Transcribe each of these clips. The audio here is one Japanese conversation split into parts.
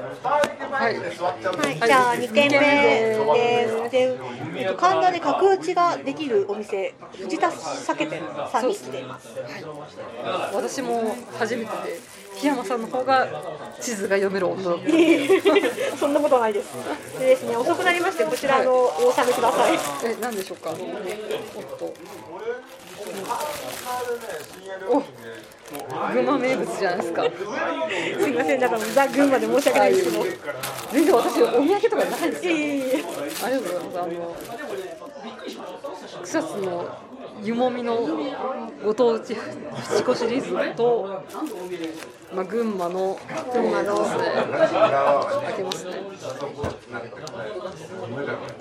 はいはい、じゃあ2軒目です。で、えっと、神田で角打ちができるお店、藤田酒店さんに来ています。私も初めてで檜山さんの方が地図が読める女だったそんなことないです。でですね、遅くなりまして、こちらのお納めください。え、なんでしょうか。おっと。お。群馬名物じゃないですか。すいません、だからザ・群馬で申し訳ないですけど。全然私お土産とかないですいよ。えいえいえありがとうございます。あの。草津の。湯もみのご当地七個シリーズと、まあ、群馬の群馬のですね開けますね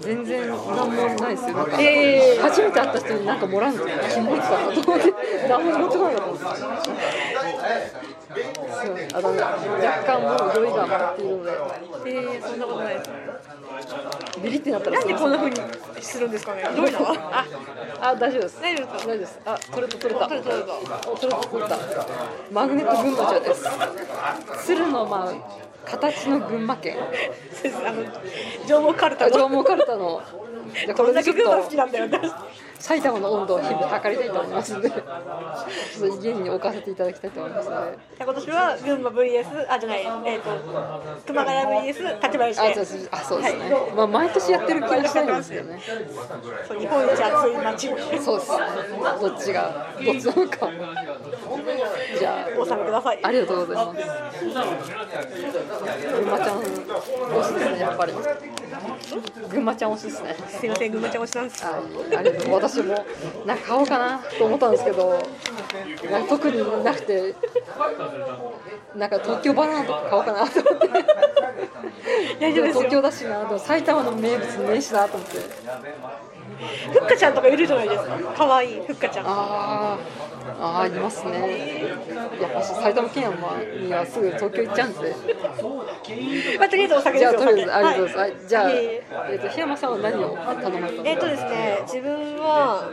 全然何もないですよなんか、初めて会った人になんかもらうのキモいかなと思って何も持ってこなかったですあの若干もう酔いが回っているので、えー、そんなことないです。ビリってなったらなんでこんな風にするんですかね。ひどいな。あ、あ、大丈夫です。大丈夫です大丈夫です。あ、取れた取れた。取れた取れたお取れた取れた。マグネット群馬城です。鶴のまあ形の群馬県。先生あの情報カルタあの。縄文カルタの。じゃあこどれでんだちけょ群馬っ好きとなんだよ。私埼玉の温度を日々測りたいと思いますので、ちょっと家に置かせていただきたいと思いますので。じゃあ今年は群馬 VS あじゃないえっ、と熊谷 VS 立林あ、でそうですあそうですね。まあ毎年やってる気がしないんですよね。そう日本一暑い街ですそうです。どっちがどっちなのか。じゃあ。お納めくださいありがとうございます。群馬ちゃん推しですね、やっぱり。群馬ちゃん推しですね。すいません群馬ちゃん推しなんですあありがとう私もなんか買おうかなと思ったんですけどなんか特になくてなんか東京バナナとか買おうかなと思って大丈夫です東よ京だしなでも埼玉の名物名刺だと思ってふっかちゃんとかいるじゃないですか可愛いふっかちゃんあーあーいますねやっぱ埼玉県はにはすぐ東京行っちゃうんですねまあとりあえずお酒じでゃあすよとりあえずありがとうござはいます、はい、じゃあ、いえいええー、と檜山さんは何を頼まれたのえっ、とですね自分はあ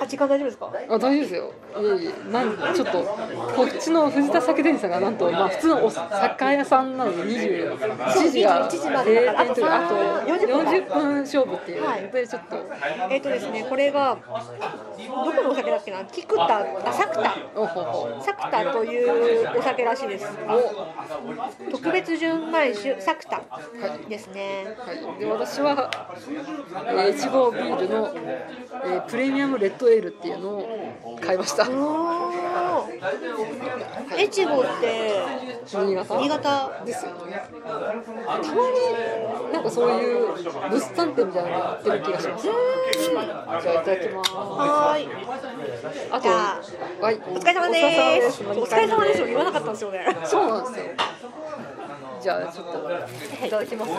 あ時間大丈夫ですかあ大丈夫ですよ。いえいえ、なんちょっとこっちの藤田酒店さんがなんとまあ普通のお酒屋さんなので27時がそう21時までだか閉店らというあとあと40分40分勝負っていうはいでちょっとえっ、とですねこれがどこのお酒だっけなキクタあサクタおほほサクタというお酒らしいですお特別純米酒サクタですね。はいで私はえーいちごビールの、えープレミアムレッドエールっていうのを買いました。おーエチゴって新潟新潟ですよね。たまになんかそういう物産展みたいなのやってる気がします。じゃあいただきます。はーい。あじとゃあはい、おお疲れ様で疲す。れ。お疲れ様ですよ。言わなかったたんですよね。そうなんですよ。じゃあちょっといただきます、ね。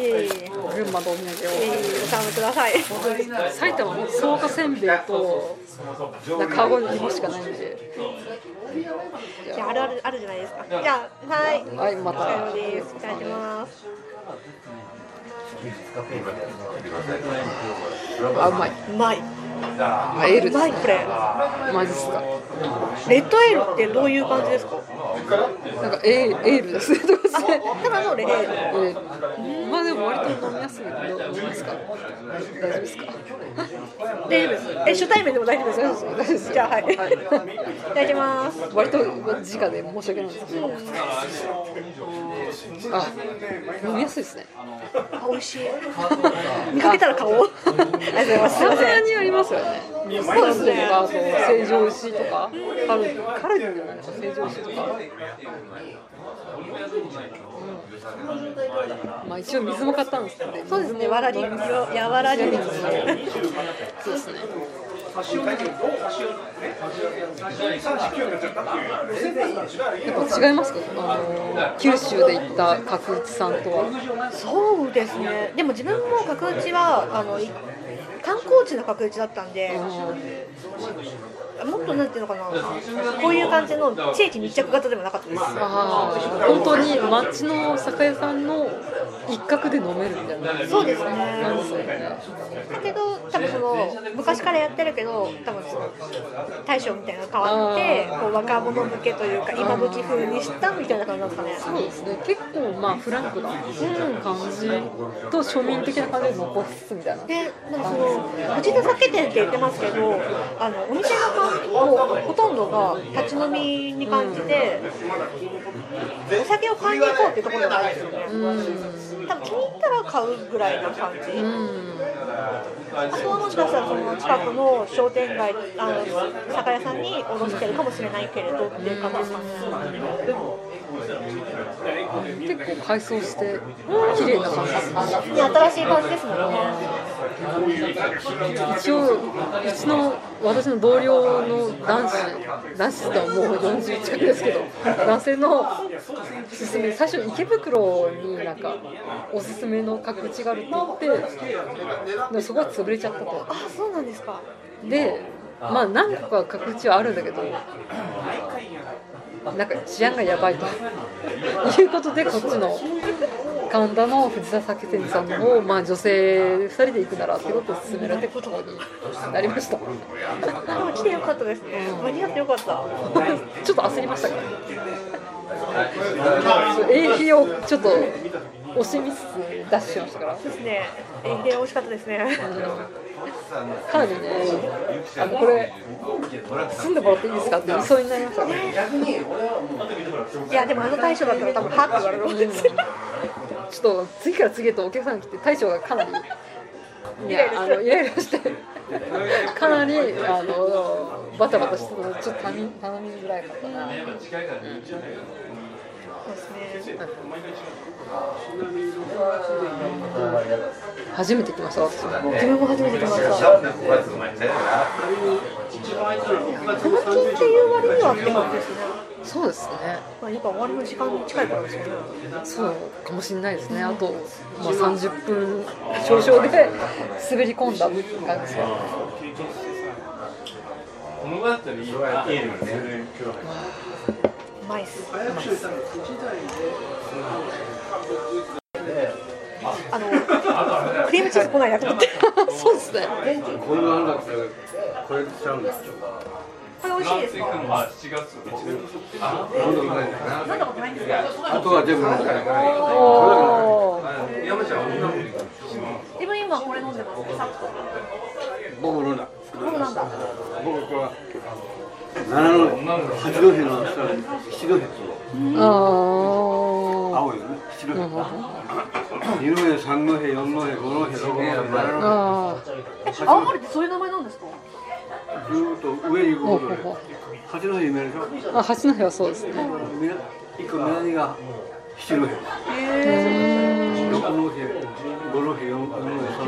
いえいえいえいえ群馬のお土産を。お頼みください。埼玉の草加せんべいとなんか川越の芋しかないんで。いやあるあるあるじゃないですか。じゃあはい。おはい、また。疲れ様です。いただきます。あ、うまい。うまい。あ、エールでうますね。いこれ。マジっすか。レッドエールってどういう感じですか。なんかエーエールですね。とかしてただのレレール。えーまあでも割と飲みやすいの飲みますか大丈夫ですか大丈夫です。え初対面でも大丈夫です大丈夫ですよじゃあはい。いはただきます。割と直で申し訳ないですけどあ飲みやすいですねあ美味しい。見かけたら買おう。ありがとうございます。すいたません。まにありますよねそうですねとかあと成城石井とかカルカルディじゃないですか成城石井とかまあ一応水も買ったんですけどねそうですね。わらりみをやわらりみですね。そうですねやっぱ違いますかあの九州で行った角打ちさんとはそうですね。でも自分も角打ちはあのい観光地の角打ちだったんで、もっとなんていうのかなこういう感じの地域密着型でもなかったですああ本当に町の酒屋さんの一角で飲めるみたいなそうですねなんですよねだけど多分その昔からやってるけど多分その大将みたいなのが変わってあーこう若者向けというか今時風にしたみたいな感じなんですかそねうですね結構まあフランクな感じと庶民的な感じで残しつつみたいなでなんかその藤田酒店って言ってますけどあのお店の感もうほとんどが立ち飲みに感じで、お酒を買いに行こうっていうところがないですよね、多分気に入ったら買うぐらいな感じ、あとはもしかしたらその近くの商店街あの酒屋さんに卸してるかもしれないけれどっていう感じですかね、結構改装して綺麗な感じですねね新しい感じですもんね一応うちの私の同僚の男子男子とはもう40近くですけど男性のおすすめ最初池袋になんかおすすめの角地があるって言ってでもそこは潰れちゃったとあそうなんですかでまあ何個か角地はあるんだけどなんか治安がやばいと いうことでこっちの神田の藤田酒店さんの方を、まあ、女性2人で行くならってことを勧められてことになりました でも来てよかったですね間に合ってよかったちょっと焦りましたけどそう営費をちょっと惜しみつつダッシュしましたからですね。演芸美味しかったですね。かなりねあのこれ住んでもらっていいですかって言いそうになりましたねいやでもあの大将だったら多分はって言われるわけですよ。ちょっと次から次へとお客さんが来て大将がかなりいやあのイライラしてかなりあのバタバタしてたのでちょっと頼み頼みづらいかったなそうですね。初めて来ました私も自分も初めて来ました。この金っていう割にはって感じですね。そうですねまあやっぱ終わりの時間に近いからですよね。そうかもしれないですねあと、まあ、30分少々で滑り込んだって感じですねうまいっす。あのクリームチーズ来ないなと思って。そうですねこんなんだったらこれちゃうんですよ。これ美味しいですか。なんだかないんだよななんだかないんですか。あとは全部なんかね。おー自分今これ飲んでますね。さっきと。僕のだ。これなんだ。僕これは七の八度辺の下に七度辺あ青いよね。七度辺。二度辺三度辺四度辺五度辺六度辺七ー度辺。あえ青森ってそういう名前なんですか。ずーっと上に行ーくほうほほうどほ八度辺見えるでしょ。うあ八戸はそうですねみな一個南が七度辺。六の部、五の部、四の部、三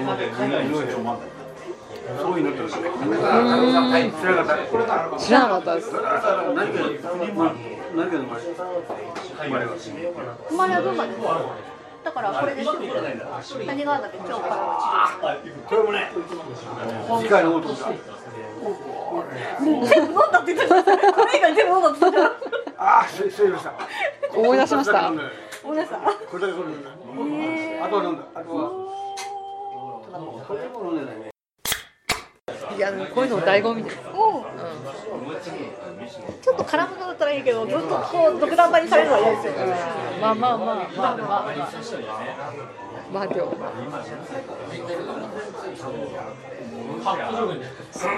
の部、二の部。そういうのってるんだね。知らなかった。これだ。知らなかったです何が、ま何が生まれた。生まれは。生まれはどうなんですか。だからこれですよ。谷川岳今日からは治療。これもね。次回の男だ。全部飲んだって言ってた。これ以外全部飲んだって言ってた。ああ、す、すいません。思い出しましたごめんなさい。これだけ飲んだ。あとは飲んだ。あとは。これも飲んでないね。いやでもこういうの醍醐味ですちょっと絡むのだったらいいけど、ずっとこう独断場にされるのは嫌ですよね。まあまあまあまあまあまあまあでも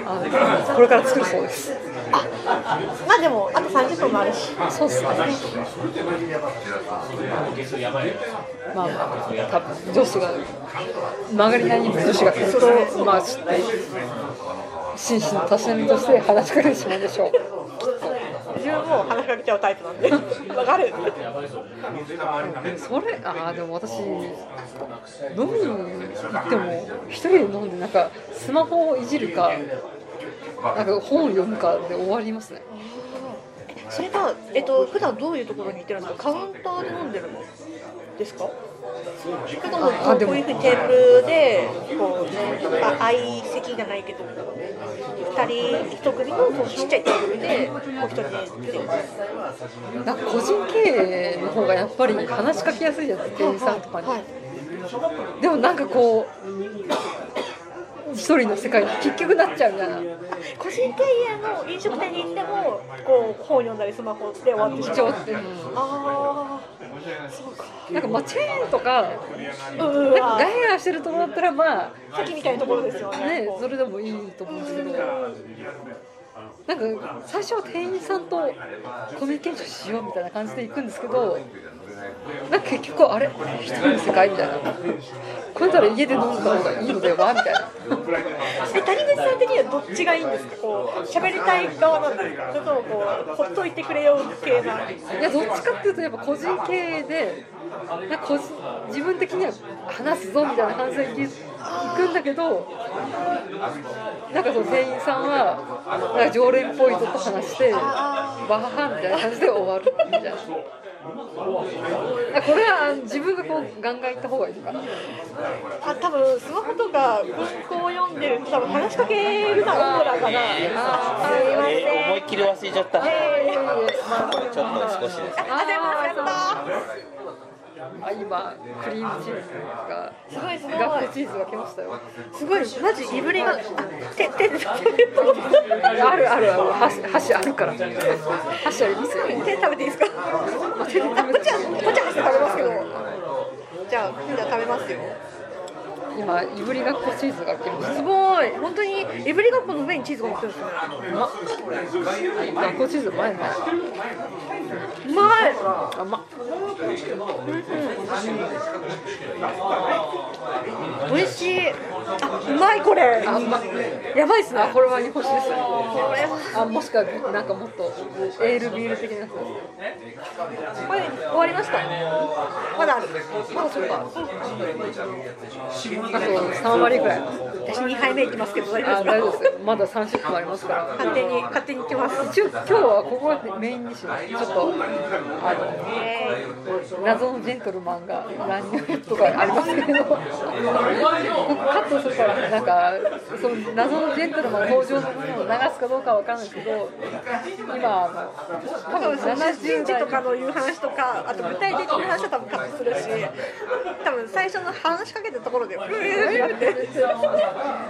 あこれから作るそうですまあでもあと30分もあるし。そうっすね。まあ、多分女子が曲がりなりに女子が来ると、まあ、ちょっと心身たしなみとして話しかけてしまうでしょう。自分も話しかけちゃうタイ プなんで。わかる。それ、ああ、でも私、飲みに行っても、一人で飲んで、なんか、スマホをいじるか、なんか本を読むかで終わりますね。それがえっと普段どういうところに行ってるんですか。カウンターで飲んでるんですか。けどもこういうふうにテーブルでこう、まあ、相席じゃないけど2人1組のこうちっちゃいテーブルでお一人で来てますなんか個人経営の方がやっぱり話しかけやすいじゃないですか店員さんとかに、はいはいでもなんかこう一人の世界に結局なっちゃうみたいな個人経営の飲食店に行ってもこう本読んだりスマホで終わってしまう一応って、あなんかまあチェーンとかーうんうんガヤガヤしてるとこだったらまさっきみたいなところですよあねねそれでもいいと思うんですけどなんか最初は店員さんとコミュニケーションしようみたいな感じで行くんですけどなんか結局あれ一人の世界みたいなこれなら家で飲んだ方がいいのではみたいなえ谷口さん的にはどっちがいいんですかこう喋りたい側なんですかそれともこうほっといてくれよ系なんですかいやどっちかっていうとやっぱ個人経営でなんか個人自分的には話すぞみたいな感じで行くんだけどなんかその店員さんはなんか常連っぽい人と話してわははみたいな感じで終わるみたいな。あこれは自分がこうガンガン行った方がいいのかな。あ多分スマホとか文庫を読んでると多分話しかけるなオーラからあすいませんえー思いっきり忘れちゃった。ちいやいやいやまあょっと少しですね。あでもやったあ今クリームチーズがすごいすごいガックチーズが来ましたよ。すごいマジいぶりがあ手手手手あるあるある箸箸あるから箸ありますよ。手食べていいですかあこっちはこっちは箸で食べますけどじゃあじゃあ食べますよ今いぶりがっこチーズが来ましすごい本当にいぶりがっこの上にチーズが乗ってるんですねたがっこチーズうまいねうまい甘っ美味しいあうまいこれあんまやばいっすねあこれは日本酒ですねこれはあもしくはなんかもっとエールビール的なやつですこれ終わりましたまだあるあそうかあと3割ぐらい私2杯目いきますけど大丈あ夫で大丈夫すかですよまだ30分ありますから勝手に勝手に行ってます一応今日はここがメインにしますちょっとあのえ謎のジェントルマンが乱入とかありますけどカットするからなんかその謎のジェントルマンの登場の部分を流すかどうかは分かんないですけど今あの多分ー、 70時代とかのいう話とかあと具体的な話は多分カットするし多分最初の話しかけたところでうーってなって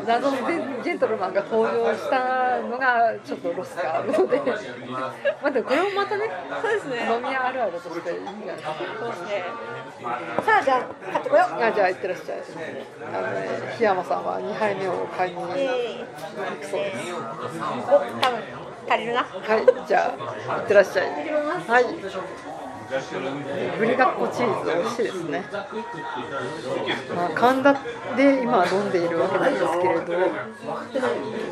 謎のジェントルマンが登場したのがちょっとロスがあるのでまあでもこれもまたねそうですね飲み屋あるあるとしていいんじゃないですかそうですねさあじゃあ買ってこようあじゃあいってらっしゃいあのね檜山さんは2杯目を買いに行えくーそうですお多分足りるなはい、じゃあ、いってらっしゃい。はい。ブリガッコチーズ、美味しいですね。まあ、神田で今飲んでいるわけなんですけれど。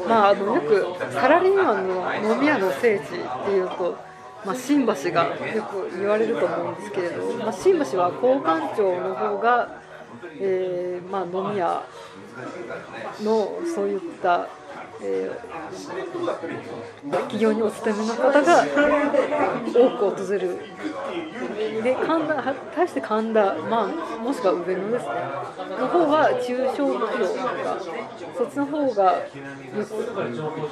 まあ、あの、よくサラリーマンの飲み屋の聖地っていうと。まあ、新橋がよく言われると思うんですけれど、まあ、新橋は高官庁の方が、えーまあ、飲み屋のそういった、えー企業にお勤めの方が多く訪れるで神田は対して神田、まあ、もしくは上野ですねの方は中小企業とかそっちの方がよく、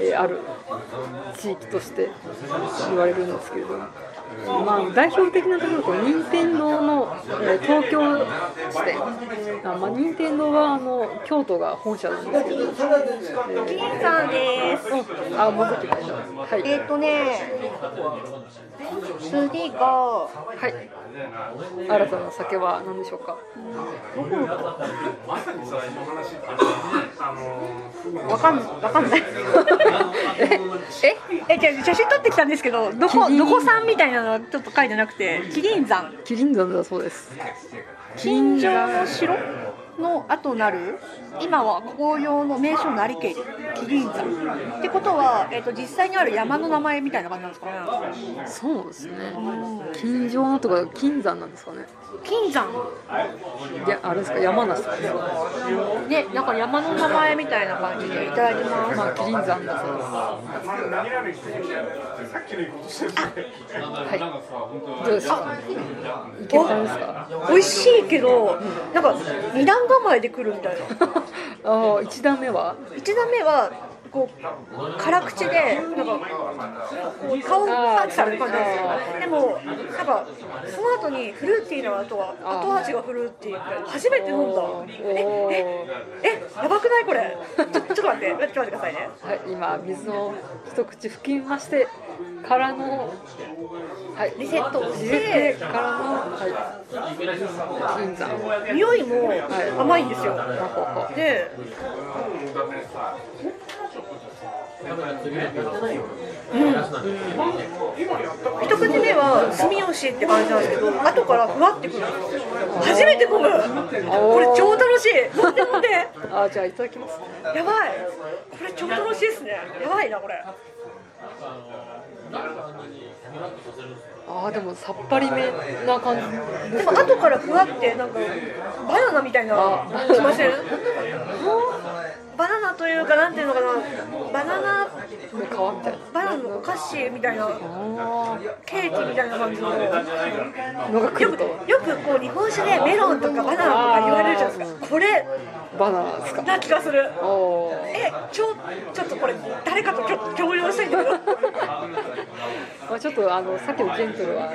えーある地域として言われるんですけれども。まあ、代表的なところだと任天堂の、えー東京支店あ、まあ、任天堂はあの京都が本社なんですけど、金さんですうん、あもうちょっと大丈夫はいえっ、とね次がはい。新たな酒は何でしょうか。わかんわかんない。えええじゃあ写真撮ってきたんですけどどこキリンどこさんみたいなのはちょっと書いてなくてキリン山キリン山だそうです。金城の城の後なる今は紅葉の名所のありけり紀銀山ってことは、えっと実際にある山の名前みたいな感じなんですかねそうですね金城のとか金山なんですかね金山いやあれですか山梨ですかねねなんか山の名前みたいな感じでいただきますまあ金山だそうですはいどうですかいけたんですか美味しいけどなんか二段構えで来るみたいなああ一段目は1段目はこう辛口でなんかこう顔をパンチされる感じなんですよでもなんかその後にフルーティーな後は後味がフルーティーで初めて飲んだおーえええやばくないこれちょちょっと待って待って待ってくださいねはい今水を一口吹きましてからのはいリセットをしてリセットからのはい金山は匂いも甘いんですよここでうん、一口目は住吉って感じなんですけど後からふわってくるんですよ初めて飲むこれ超楽しい飲んで飲んであーじゃあいただきますねやばいこれ超楽しいですねやばいなこれあーでもさっぱりめな感じでですもよ後からふわってなんかバナナみたいなしませんバナナというかなんていうのかなバナナ皮みたいなバナナのお菓子みたいなあケーキみたいな感じのーのが来よるとくよくこう日本酒でメロンとかバナナとか言われるじゃないですかこれバナナですかな気がするおーえちょちょっとこれ誰かときょ共有したいんだけどさまあちょっとあのさっきのジェントルは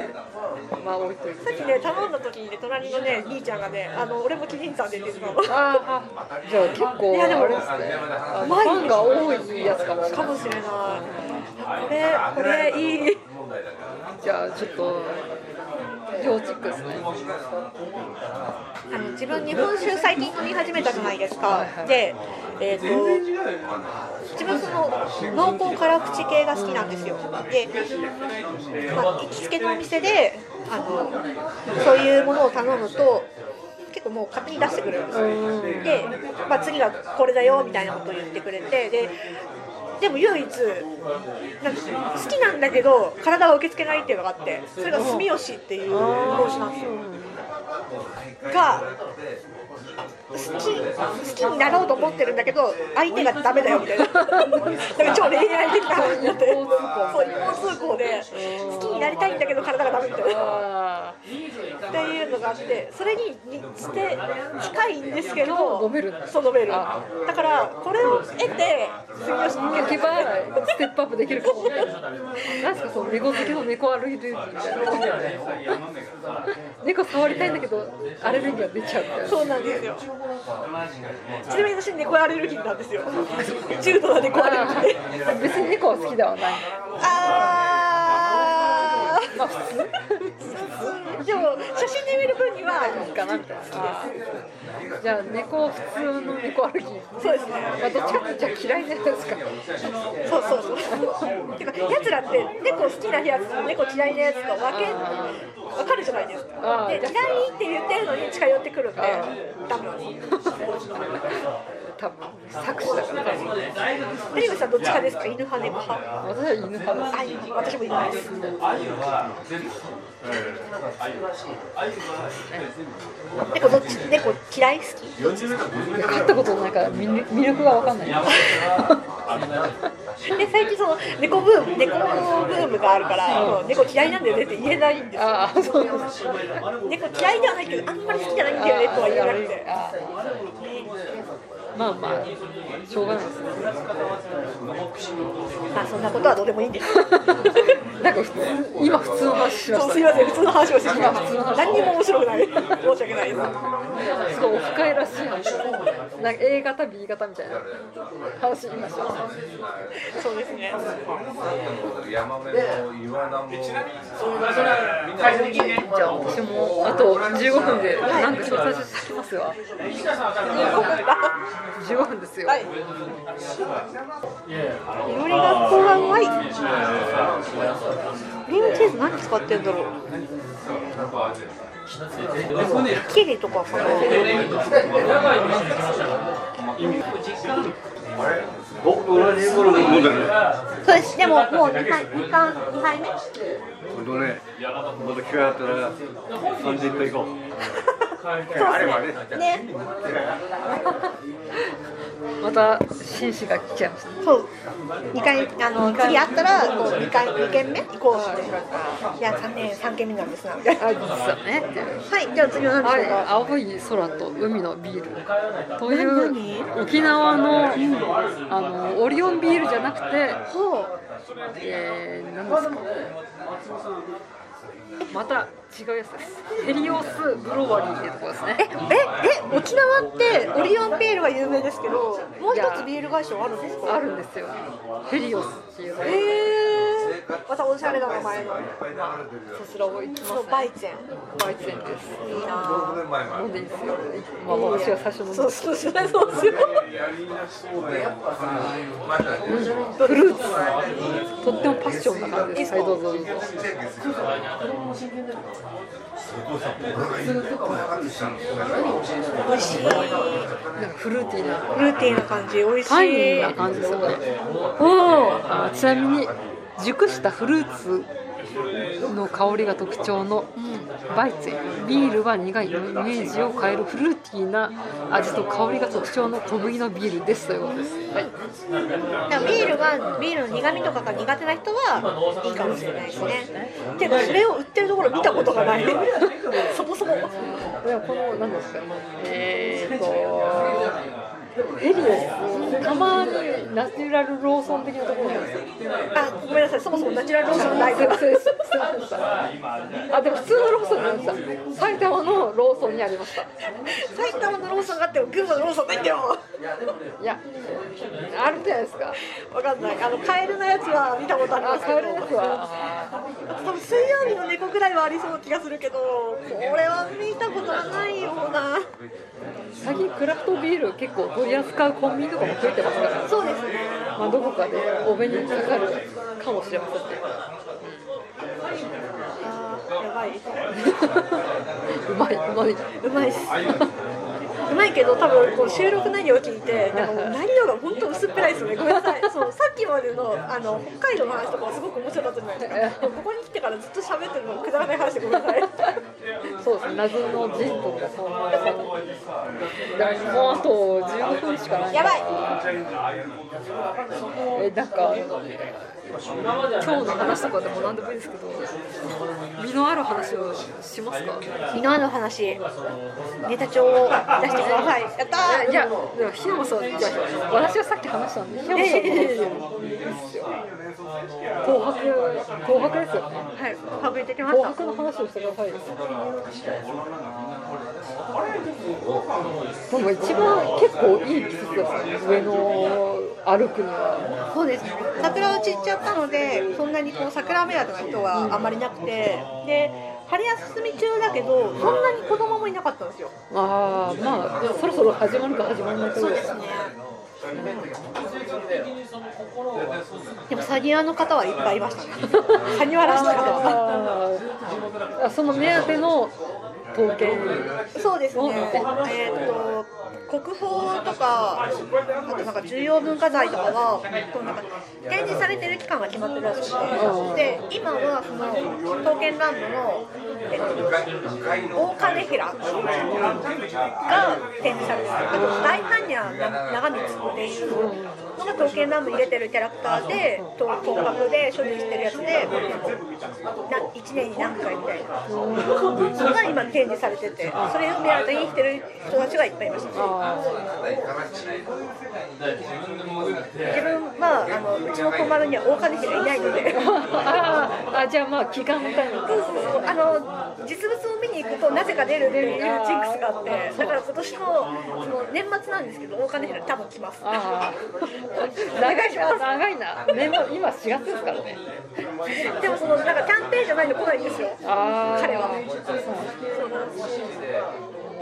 まあ置いといてっきね頼んだ時にね隣のね兄ちゃんがねあの俺もキリンさんでって言ってたのああじゃあ結構いやでもあれですねあのファンが多いやつかもしれかないもしれないこれこれいいじゃあちょっと要チェックですねあの自分日本酒最近飲み始めたじゃないですかでえっ、と自分その濃厚辛口系が好きなんですよで、まあ、行きつけのお店であのそういうものを頼むと結構もう勝手に出してくれるんですよで、まあ、次がこれだよみたいなことを言ってくれてででも唯一なんか好きなんだけど体は受け付けないっていうのがあってそれが住吉っていう帽子なんですよが好き好きになろうと思ってるんだけど相手がダメだよみたいななんか超恋愛的な話になってそう一方通行で好きになりたいんだけど体がダメみたいなあっていうのがあってそれに似して近いんですけど飲めるんだそう飲めるあだからこれを得て次のあ抜けばステップアップできるかもなんですかその猫好きの猫歩いてるみたいな猫触りたいんだけどアレルギーが出ちゃうみたいなそうなんですよちなみに私猫アレルギーなんですよ重度な猫アレルギーであ別に猫は好きではないあーまあ普通でも写真で見る分にはかなみたいなあーじゃあ猫普通の猫歩きそうですねまあどっちかっていうとじゃあ嫌いじゃないですかそうそうそうてかやつらって猫好きなやつと猫嫌いなやつと分け分かるじゃないですかあーで嫌いって言ってるのに近寄ってくるんでダメなんです多分搾取だからテレビさんどっち派ですか犬派猫派私は犬派ですあ犬派私も犬派です猫どっち猫嫌い好いや飼ったことないから魅力魅力が分かんないきで最近その猫ブーム猫ブームがあるからそう猫嫌いなんだよねって言えないんですよああそうなんです猫嫌いではないけどあんまり好きじゃないんだよねとは言わなくてあーまあまあしょうがないですねまあそんなことはどうでもいいんですなんか普通今普通の話しま そしうたすいません普通の話をしてしまいました何にも面白くない申し訳ないです すごいオフ会らしい話なんか A 型 B 型みたいな話今しましたそうですね山根も岩名もじゃあ私もあと15分でなんか調査してきますわ15分ですよ、はいいろりがっこうがうまいクリームチーズ何使ってんだろうキリとかかな僕と同じ頃のもんだね。そうですでももう2回二回二回目本当ね、また機会あったら三十回行こう。そうですねねまた紳士が来ちゃいましたそう二回あの次あったらこう2回二軒目行こうっていや3年三軒目なんですなみたいなあ実はねってはいじゃあ次は何あでれしょうか青い空と海のビールとい何う沖縄のあのオリオンビールじゃなくて、ほうえー、何ですかまた違うやつですヘリオスブロワリーっていうとこですえねええ沖縄ってオリオンビールは有名ですけどもう一つビール会社はあるんですかあるんですよヘリオスっていうのええー、またおしゃれな名前のそちらを行きますそうねバイチェンバイツェンですいいな飲んでいいですよまあ私は最初飲んぁでそうそうそうそうフルーツとってもパッションな感じですはいどうぞどうぞ美味しいフなんかフルーティーなルーティーな感じ美味しいパインな感じですよねうんあちなみに熟したフルーツの香りが特徴のバイツェンビールは苦いイメージを変えるフルーティーな味と香りが特徴の小麦のビールですということです、はい、だからビールがビールの苦味とかが苦手な人はいいかもしれないですねていうかそれを売ってるところ見たことがない そもそもでもこの何ですかえー、っとエリオスたまにナチュラルローソン的なところなんですよあごめんなさいそもそもナチュラルローソンないです あでも普通のローソンにありました埼玉のローソンにありました埼玉のローソンがあっても群馬のローソンないんだよいやあるじゃないですかわかんないあのカエルのやつは見たことありまあすけ買どえるやつは多分水曜日の猫ぐらいはありそうな気がするけどこれは見たことがないような最近クラフトビール結構取り扱うコンビニとかも増えてますから、そうですねまあ、どこかでお目にかかるかもしれませんねあーやばいうまいうまいまいっすうまいけど多分こう収録内容を聞いてなんかもう内容が本当薄っぺらいですよねごめんなさいそうさっきまでのあの北海道の話とかはすごく面白かったじゃないですかでもここに来てからずっと喋ってるのがくだらない話でごめんな さいそうですね謎のジンとかそんなでももうあと15分しかないやばいえなんか今日の話とかでも何でもいいですけど身のある話をしますか昨日の話ネタ帳を出してくださいやったーいやでも檜山さんいや私はさっき話したんで檜山さんの話でもいいですよ紅白紅白ですよねはい省いてきまし紅た白の話をしてくださいよでも一番結構いい季節ですよ上の歩くにはそうです桜落ちっちゃったのでそんなにこう桜目当ての人はあまりなくてで春休み中だけどそんなに子供もいなかったんですよああまあそろそろ始まるか始まらないかぐらいでもサニワの方はいっぱいいま したねサニワらしい方はあーあその目当ての統計そうですねえっ、と国宝とかあとなんか重要文化財とかはこうなんか展示されてる期間が決まってるらしくうんてで今はその刀剣乱舞の、えっと大金平が展示されてるあと大般若長光っていうのが刀剣乱舞に出てるキャラクターでと広角で所持してるやつでな1年に何回みたいなのが今展示されててそれを目当てに来てる人たちがいっぱいいましたね自分はあのうちの小丸には大金平いないのであーあじゃあまあ期間みたいなそうそうそうあの実物を見に行くとなぜか出るっていうジンクスがあってだから今年のその年末なんですけど大金平多分来ますああ長いな長いな年末今4月ですからねでもそのなんかキャンペーンじゃないの来ないんですよあー彼はそうそうなんですよ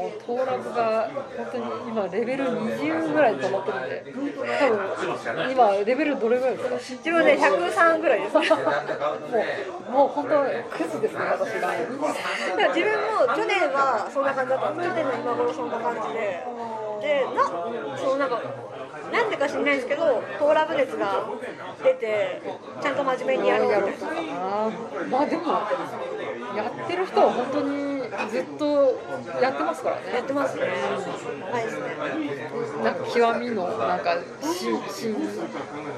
もうの当落が本当に今レベル20ぐらいで止まってるんで多分今レベルどれぐらいですか自分ね103ぐらいですだかもうもう本当クズですね私がら自分も去年はそんな感じだったんです去年の今頃そんな感じででなそうなんかなんでか知んないんですけどトーラブ熱が出てちゃんと真面目にやろうやろうとかあーまあでもやってる人は本当にずっとやってますからねやってますねはいですねなんか極みのなんか新新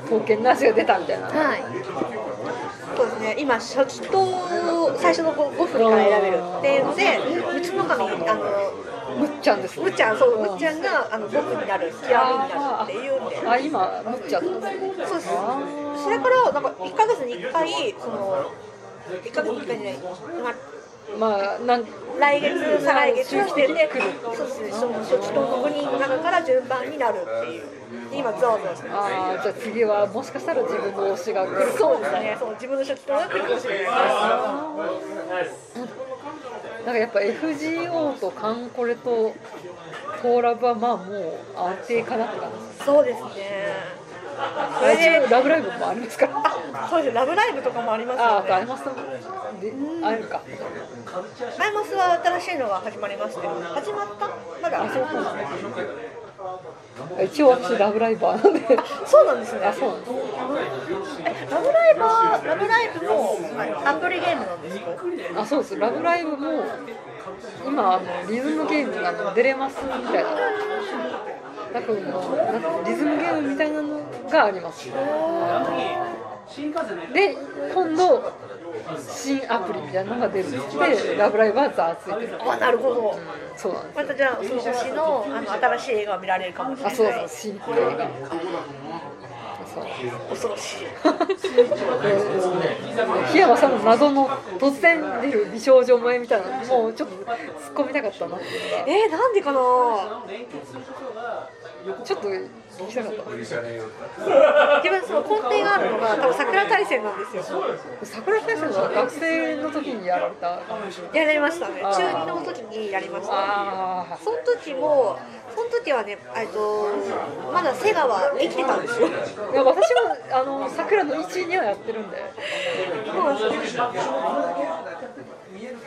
刀剣の味が出たみたいなはい。そうですね。今初期と最初の五五分から選べるっていうので、うちの神あのむっちゃんですむっちゃんそうむっちゃんがあの五分になる極みになるっていうんで。あ今むっちゃんですねそうです。それからなんか一ヶ月に一回その一ヶ月に一回じゃない。まあまあなん来月再来月来てて、そうですね。その初期と五人の中から順番になるっていう。で今ざわざわしてます。あーじゃあ次はもしかしたら自分の推しが来るかそもうしでれすないね。そう自分の初期とが来るかもしれないです。なんかやっぱ FGO とカンコレとトーラブはまあもう安定かなって感じですそうですね。それ来で週、ラブライブもありますからあ、そうですね、ラブライブとかもありますあよあとアイね。マスで会えるかマイマスは新しいのが始まりまして、始まった？まだ。あ、一応私ラブライバーなんでそうなんですね。あそうなんですえ、ラブライブは、ラブライブもアプリゲームなんですか？あそうです「ラブライブ!」も今あのリズムゲームがあのデレマスみたいななんかもうなんかリズムゲームみたいなのがありますで今度新アプリみたいなのが出るで「ラブライブ!」はざわついてるあ、なるほど。そうなんですまたじゃあその星のあの新しい映画を見られるかもしれあない。そうそう新プレイがそう恐ろしい。檜山さんの謎の突然出る美少女萌えみたいなのもうちょっと突っ込みたかったなっていうのがえー、なんでかな。ちょっと聞きたかった自分その根底があるのが多分桜大戦なんですよ。桜フェスの学生の時にやられたやりましたね。あー中二の時にやりました。あその時も、その時はね、えっと、まだセガは生きてたんですよ。あいや私もあの桜の1位にはやってるんで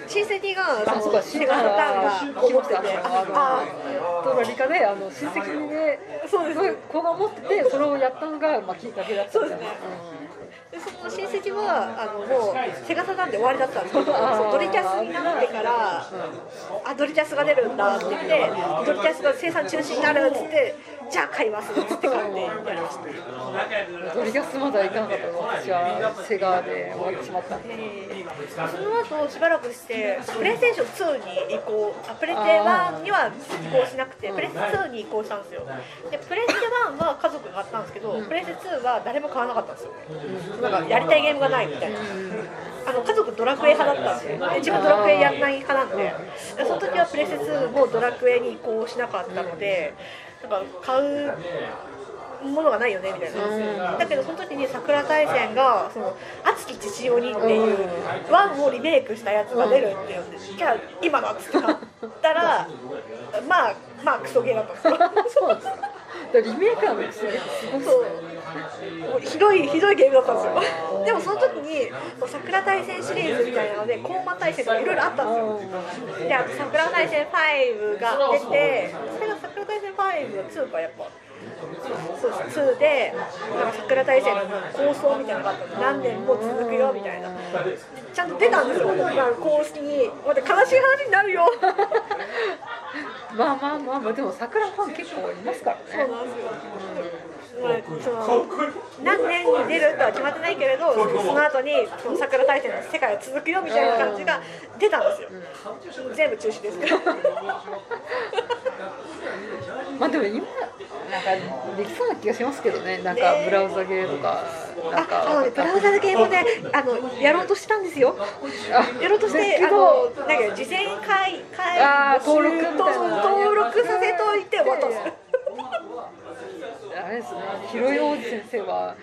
親戚が、あそそのうかセガサターンが来持まっしてたて、あのあトロリカであの親戚でそうです子が持っててそれをやったのがまあきっかけだったみたいなあ、でその親戚は、あの、もう、セガサターンで終わりだったんですよ。そうドリキャスになってから、あ、ドリキャスが出るんだって言って、ドリキャスが生産中止になるっつって、じゃあ買いますっつって買ってやりました。うんドリキャスまだ行かなかったの私はセガで終わってしまったんでえーその後しばらくしてプレイステーション2に移行あプレステ1には移行しなくてプレステ2に移行したんですよでプレステ1は家族が買ったんですけど、プレステ2は誰も買わなかったんですよ、なんかやりたいゲームがないみたいな、あの家族ドラクエ派だったんですよで自分ドラクエやんない派なんででその時はプレステ2もドラクエに移行しなかったのでなんか買うものがないよねみたいな、だけどその時に桜大戦が「その熱き父鬼」っていうワンをリメイクしたやつが出るって言うんで、じゃあ今だっつって買った らまあまあクソゲーだったんですよそうなんですかだからリメイクはねすごいすごいっすそうもうひどいひどいゲームだったんですよでもその時に桜大戦シリーズみたいなのでコンマ大戦とかいろいろあったんですよであと桜大戦5が出てそれが桜大戦5は2かやっぱそうです2でなんか桜大戦の構想みたいなのがあったんで何年も続くよみたいなちゃんと出たんですよなんか公式にまた悲しい話になるよまあまあまあまあでも桜ファン結構いますからねそうなんですよ。まあ、その何年に出るとは決まってないけれど、そのその後にその桜大戦の世界は続くよみたいな感じが出たんですよ。全部中止ですけど。まあでも今なんかできそうな気がしますけどねなんかブラウザゲーとかなんあ、かあのね、ブラウザのゲームね、あのやろうとしたんですよ。あやろうとしですて、けあどのなんか事前会会あー登録みたいな登録させといて終わったんですよ。ああれですねひろよおじ先生は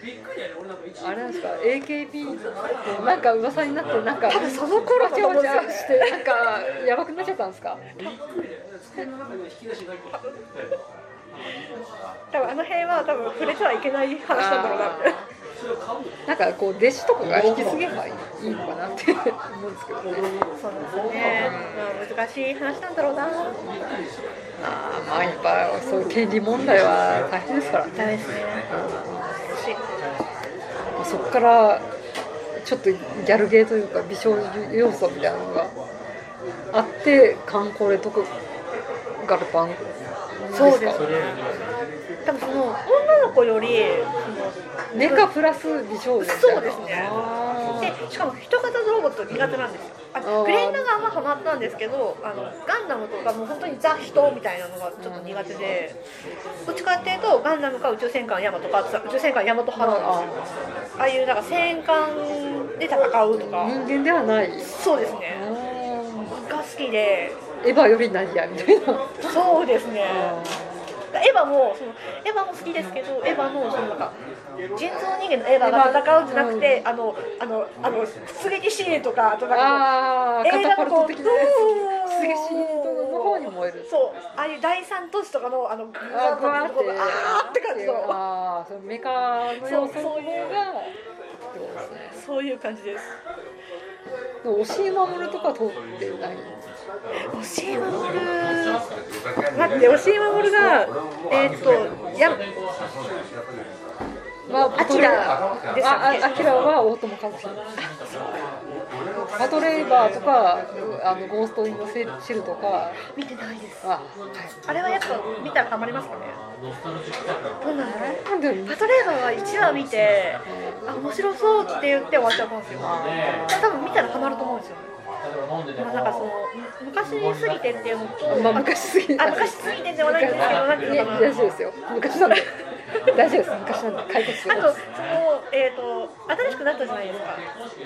あれなんですか AKB のなんか噂になってなんか多分そのわ頃だちとゃ思うわんでちすよゃして なんかやばくなっちゃったんですか多分あの辺は多分触れてはいけない話なんだろうなっあてーなんかこう弟子とかが引き継げばいいのかなって 思うんですけどねそうですね、うん、難しい話なんだろうなあーまあいっぱいそういう権利問題は大変ですからねダメですね難しいそこからちょっとギャルゲーというか美少女要素みたいなのがあってカンコレとかガルパンそうですね多分その女の子よりメカプラス美少女みたいなそうですねあでしかも人型ロボット苦手なんですよあーグレンダガンはハマったんですけどあのガンダムとかもう本当にザ人みたいなのがちょっと苦手でどっちかっていうとガンダムか宇宙戦艦ヤマトか宇宙戦艦ヤマト派なんですよああいうなんか戦艦で戦うとーか人間ではないそうですねあーが好きでエヴァより何やみたいなそうですねエヴァもそのエヴァも好きですけどエヴァのそのなんか人造人間のエヴァが戦うんじゃなくて、あのあのあの出撃シーンとかあとなんかああ映カタパ画ルのトこう的なドやーンつすげしの方に燃えるそうああいう第三都市とかのあのグあーグワーワっーッとこてのあーって感じのああそのメカの要素の方がそうそそうういうですねそういう感じですでも押井守とか通ってない押井守待って押井守がえーっとやはアキラですあよあアねキラは大友和樹パトレイバーとかあのゴーストインのセシルとか見てないですあはあれはやっぱ見たらハマりますかねどうなんだろいなうんでパトレーバーは1話見て、あ面白そうって言って終わっちゃったんですよ、多分見たらハマると思うんですよ、まあ、なんかそのむ昔すぎてっていうのと、まあ昔すぎあ昔すぎてではないんですけど、なんていいやうのか大な、丈夫ですよ昔 なんで大丈夫です昔なんで解決すあると、その、えー、と新しくなったじゃないで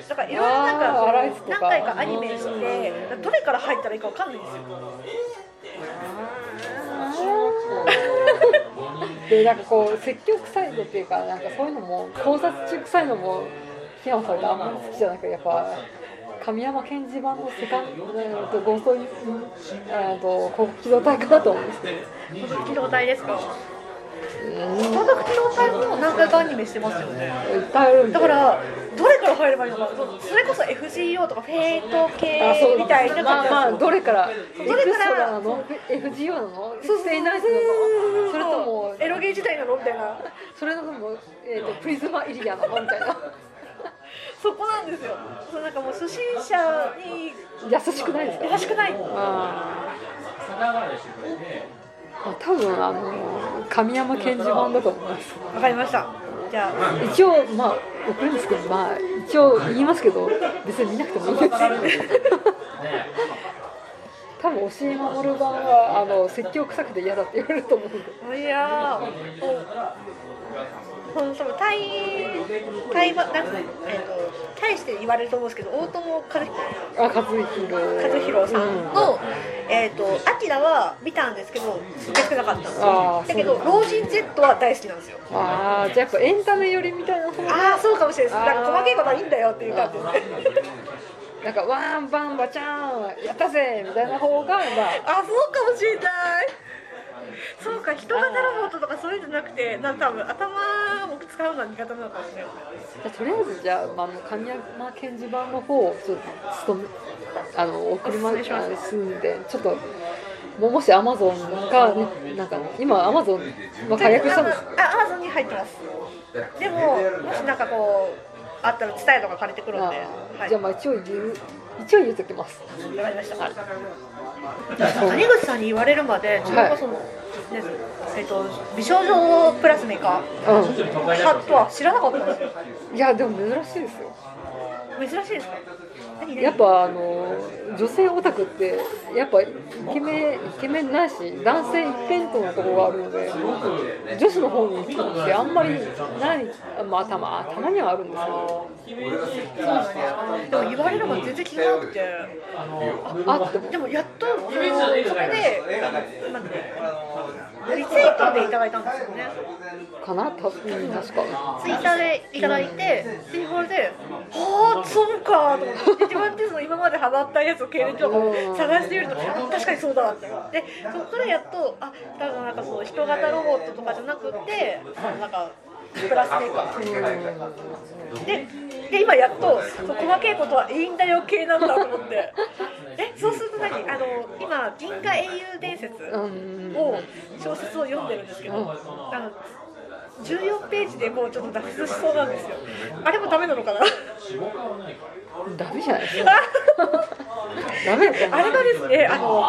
すか、だからいろいろなんあーアライかズとそかの、何回かアニメして、どれから入ったらいいかわかんないんですよ。 でなんかこう説教臭いのっていうかなんかそういうのも考察中臭いのも平野さんがあんまり好きじゃなくてやっぱ神山健二版のセカンドとゴーストインあと広告機動隊かなと思うんですけど孤独機動隊ですか。孤独機動隊も何回かアニメしてますよね。いっぱいあるんでだからどれから入ればいいのかそれこそ FGO とかフェイトあそ系うみたいな感じまあまあなんですよどれからどエ れからクストラなの FGO なのそうそう育成ナイスなのそれともエロゲー時代なのみたいなそれとも、えー、とプリズマイリアなのみたいなそこなんですよそうなんかもう初心者に優しくないですか優しくないああ多分あの神山健二版だと思いますわかりましたじゃあ一応まあ送るんですけどまあ一応言いますけど別に見なくてもいいです多分教え守る版はあの説教臭くて嫌だって言われると思うんでいやーもうほんと対対話なんかえっ、と対して言われると思うんですけど大友和彦あ和弘和弘さんの、えっ、とアキラは見たんですけど好きなかったんですあよーだけど老人 Z は大好きなんですよああじゃあやっぱエンタメ寄りみたいな方がああそうかもしれないですなんあーか細けいことはいいんだよっていう感じですねなんかワンバンバちゃんやったぜみたいな方がまああそうかもしれないそうか人型ロボットとかそういうんじゃなくてなんか多分頭を使うのは苦手なのかもしれないじゃあとりあえずじゃあ、まあ、あの神山検事版の方をちょっと勤めあの送りまお勧めしますすんでちょっとももしアマゾンが、ね、なんか今アマゾンは解約したんですあアマゾンに入ってますでももしなんかこうあったら伝えとか借りてくるんで、あはい、じゃあまあ一応言う一応言うときますわかりました。谷口さんに言われるまで、自分がその、ねえっと美少女プラスメカう派とは知らなかったんですよ。んいやでも珍しいですよ珍しいですか？何やっぱあの女性オタクってやっぱイケメンイケメンないし男性一辺倒のところがあるので女子の方に行くってあんまりないまあたまたまにはあるんですけどでも言われれば全然気がなくてあってもでもやっとそのそこで、まあ、リツイートでいただいたんですよねかなた、うん、確かツイッターでいただいて、ツイートで、ああ、そうかと思って、自分でその今までハマったやつを経歴とかを探してみると、確かにそうだって思って、そこからやっと、あ多分なんかそう、人型ロボットとかじゃなくて、なんか、プラスメーカーでで、今やっと、そう細かいことはいいんだよ系なんだと思って、えそうすると何あの、今、銀河英雄伝説を、小説を読んでるんですけど、あの14ページでもうちょっと脱出しそうなんですよあれもダメなのかな ダメじゃない ですかダメですあかれがですねあの、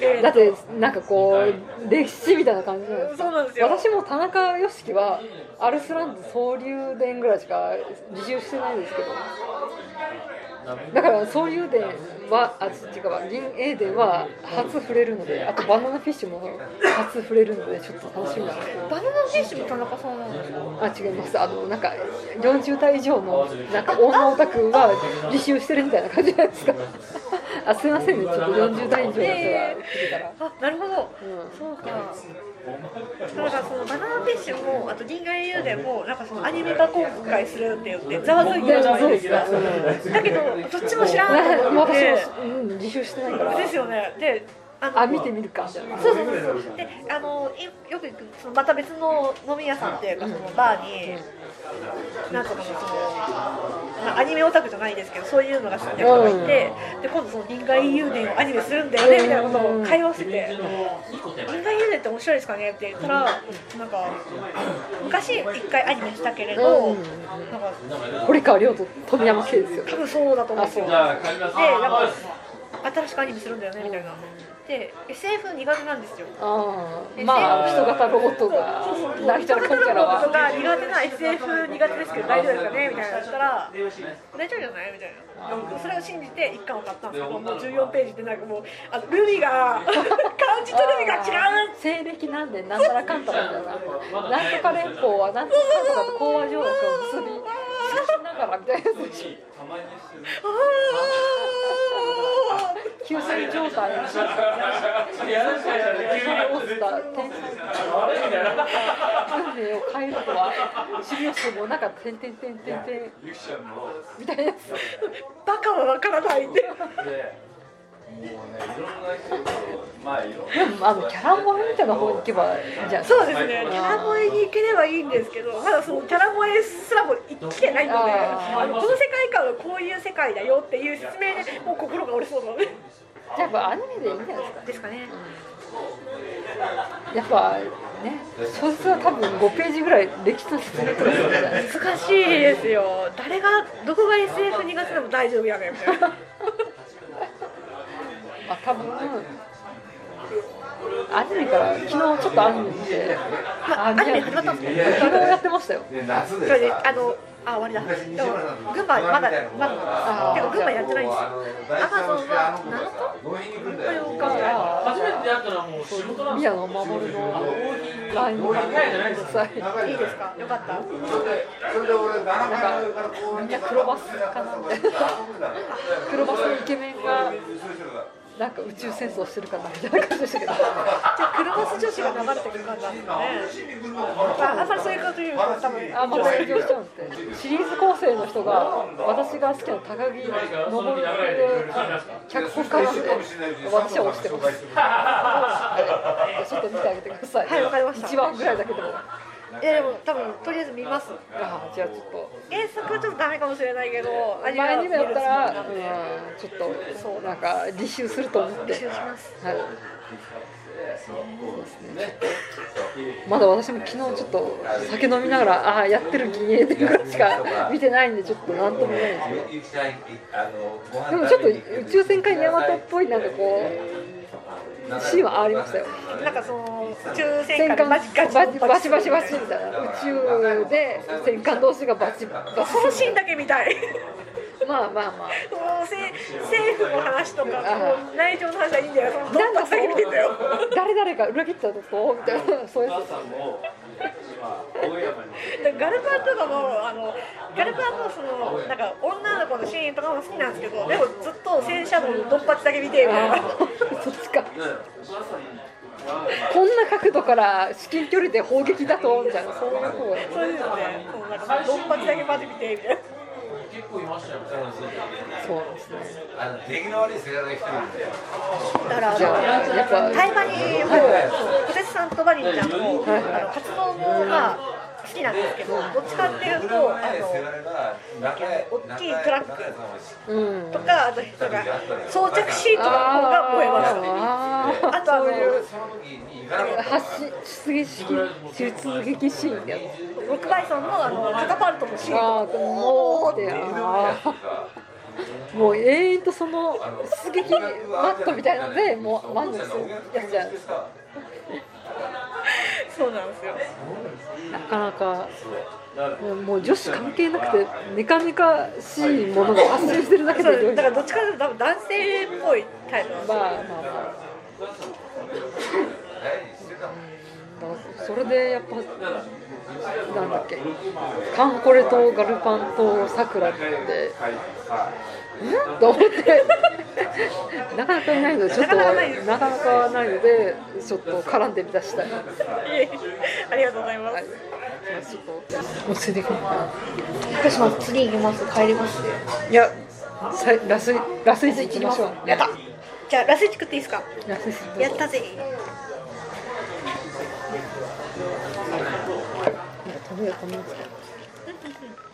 えーだってなんかこう歴史みたいな感じじゃないですかそうなんですよ私も田中良樹はアルスランド総流伝ぐらいしか自習してないんですけどだから総流伝はあち違うわ銀英伝は初触れるのであとバナナフィッシュも初触れるのでちょっと楽しみなんですけどバナナ選手も田中さんなんですかあ違いますあのなんか40代以上のなんか女オタクが自習してるみたいな感じじゃないですか あすいませんねちょっと40代以上の人が来るから。あなるほんど、そうかだからそのバナナフィッシュもあと銀河英雄伝もなんかそのアニメ化今回するって言ってざわついてるじゃないですかそうだけどどっちも知らんと 私思っても、うん、自習してないからですよねであのあ見てみるかみたいなそうそうそうそう。で、あのいよく行くそのまた別の飲み屋さんっていうかそのバーに、なんとかのその、まあ、アニメオタクじゃないですけどそういうのが好きな人がいて、で今度その銀河英雄伝をアニメするんだよねみたいなことを会話してて、銀河英雄伝って面白いですかねって言ったらなんか昔一回アニメしたけれど、うんなんか堀川亮と富山系ですよ多分そうだと思うんですよ。で、なんか新しくアニメするんだよねみたいな。で、SF 苦手なんですよ。ああまあ人型ロボットがそうそうそう泣いたらかんからとはか苦手な SF 苦手ですけど大丈夫ですかねみたいなの言ったら大丈夫じゃないみたいなそれを信じて一巻を買ったんですけどもう14ページでなんかもうあのルビが漢字とルビが違う西暦なんでなんたらかんたらみたいななんとか連邦はなんとかかんとかと講和条約を結びしながらみたいなやつでしょ休戦状態にし落ちた天才運命を変えるとは知る人もなんかてんてんてんてんてんみたいなやつバカはわからないってでもあのキャラ萌えみたいな方に行けばいいんじゃないそうですねキャラ萌えに行ければいいんですけどまだそのキャラ萌えすらも来てないのであーあのこの世界観はこういう世界だよっていう説明でもう心が折れそうなのでやっぱアニメでいいんじゃないですかですかねやっぱね小説は多分5ページぐらい歴史の説明とかするじゃないですか難しいですよ誰がどこが SF 苦手でも大丈夫やねんみたいなまあ多分アニメから昨日ちょっとアニメ見てまアニメ始まったんですか昨日やってましたよ夏そでれでさあのあ終わりだでも群馬まだまだあー結構群馬やってないんですよアマゾンは飲みに行くんだ7よ日だかからら初めて出会ったのはもう仕事なんです宮野真守の LINE を考えてくださいいいですかよかったそれで俺7回から公み園んな黒バスかなみたいな黒バスのイケメンがなんか宇宙戦争してるかなみたいな感じでしたけどじゃあ車椅子女子が流れてくる感じなんですかねまああんまりそういうこと言うと多分あまた卒業しちゃうんでシリーズ構成の人が私が好きな高木昇で脚本家なんで私は推してますちょっと見てあげてくださいはいわかりました1話ぐらいだけでもいやでも多分とりあえず見ますあじゃあちょっと原作はちょっとダメかもしれないけどアニメ前はに見もるやっつもたりなら、んでうん、ちょっとそうなんか履修すると思って集中しますはい。まだ私も昨日ちょっと酒飲みながらああーやってる銀英伝ぐらいしか見てないんでちょっと何とも言えないですけどでもちょっと宇宙戦艦ヤマトっぽいなんかこうシーンはありましたよなんかその宇宙戦戦艦艦ババチチガバチチバチバチバチみたいな宇宙で戦艦同士がバチバチそのシーンだけ見たいまあまあまあもうせ政府の話とかもう内情の話はいいんだよそのどんどん先見てたよ誰々が裏切ったぞみたいなそういうやつだからガルパンとかもあのガルパンのそのなんか女の子のシーンとかも好きなんですけどでもずっと戦車部のドンパチだけ見てるみたいなそっちかこんな角度から至近距離で砲撃だとみたいなそういう方そういうのねそうなんかドンパチだけパッて見てみたいなそうですね出来の悪い世代の人なんだよだからあじゃあのやっぱタイバニーもそう小鉄さんとバニーちゃんも、あの活動もまあ好きなんですけどどっちかっていうとあの大きいトラックうんとかあと人が装着シートの方が燃えますあーあとあのその時に行かなかった発進出撃出撃シーンやロックバイソンのあのカタパルトのシーあトあでももうってあーもう永遠とその出撃マットみたいなのでもう満足するやつじゃんそうなんですよなかなかもう女子関係なくてメカメカしいものが発生してるだけでそ料う理だからどっちかというと多分男性っぽいタイプなんです まあよまあまあうんだからそれでやっぱなんだっけカンコレとガルパンとさくらってんと思ってなかなかいないのでちょっとなかなかないですなかなかないのでちょっと絡んでみたしたい。いえいえありがとうございます、はいもうついてくる福島次行きます帰りますいやさいラスラスイチ行きましょうやったじゃあラスイチ食っていいですかラスイチどうぞやったぜいや食べようと思うんですけど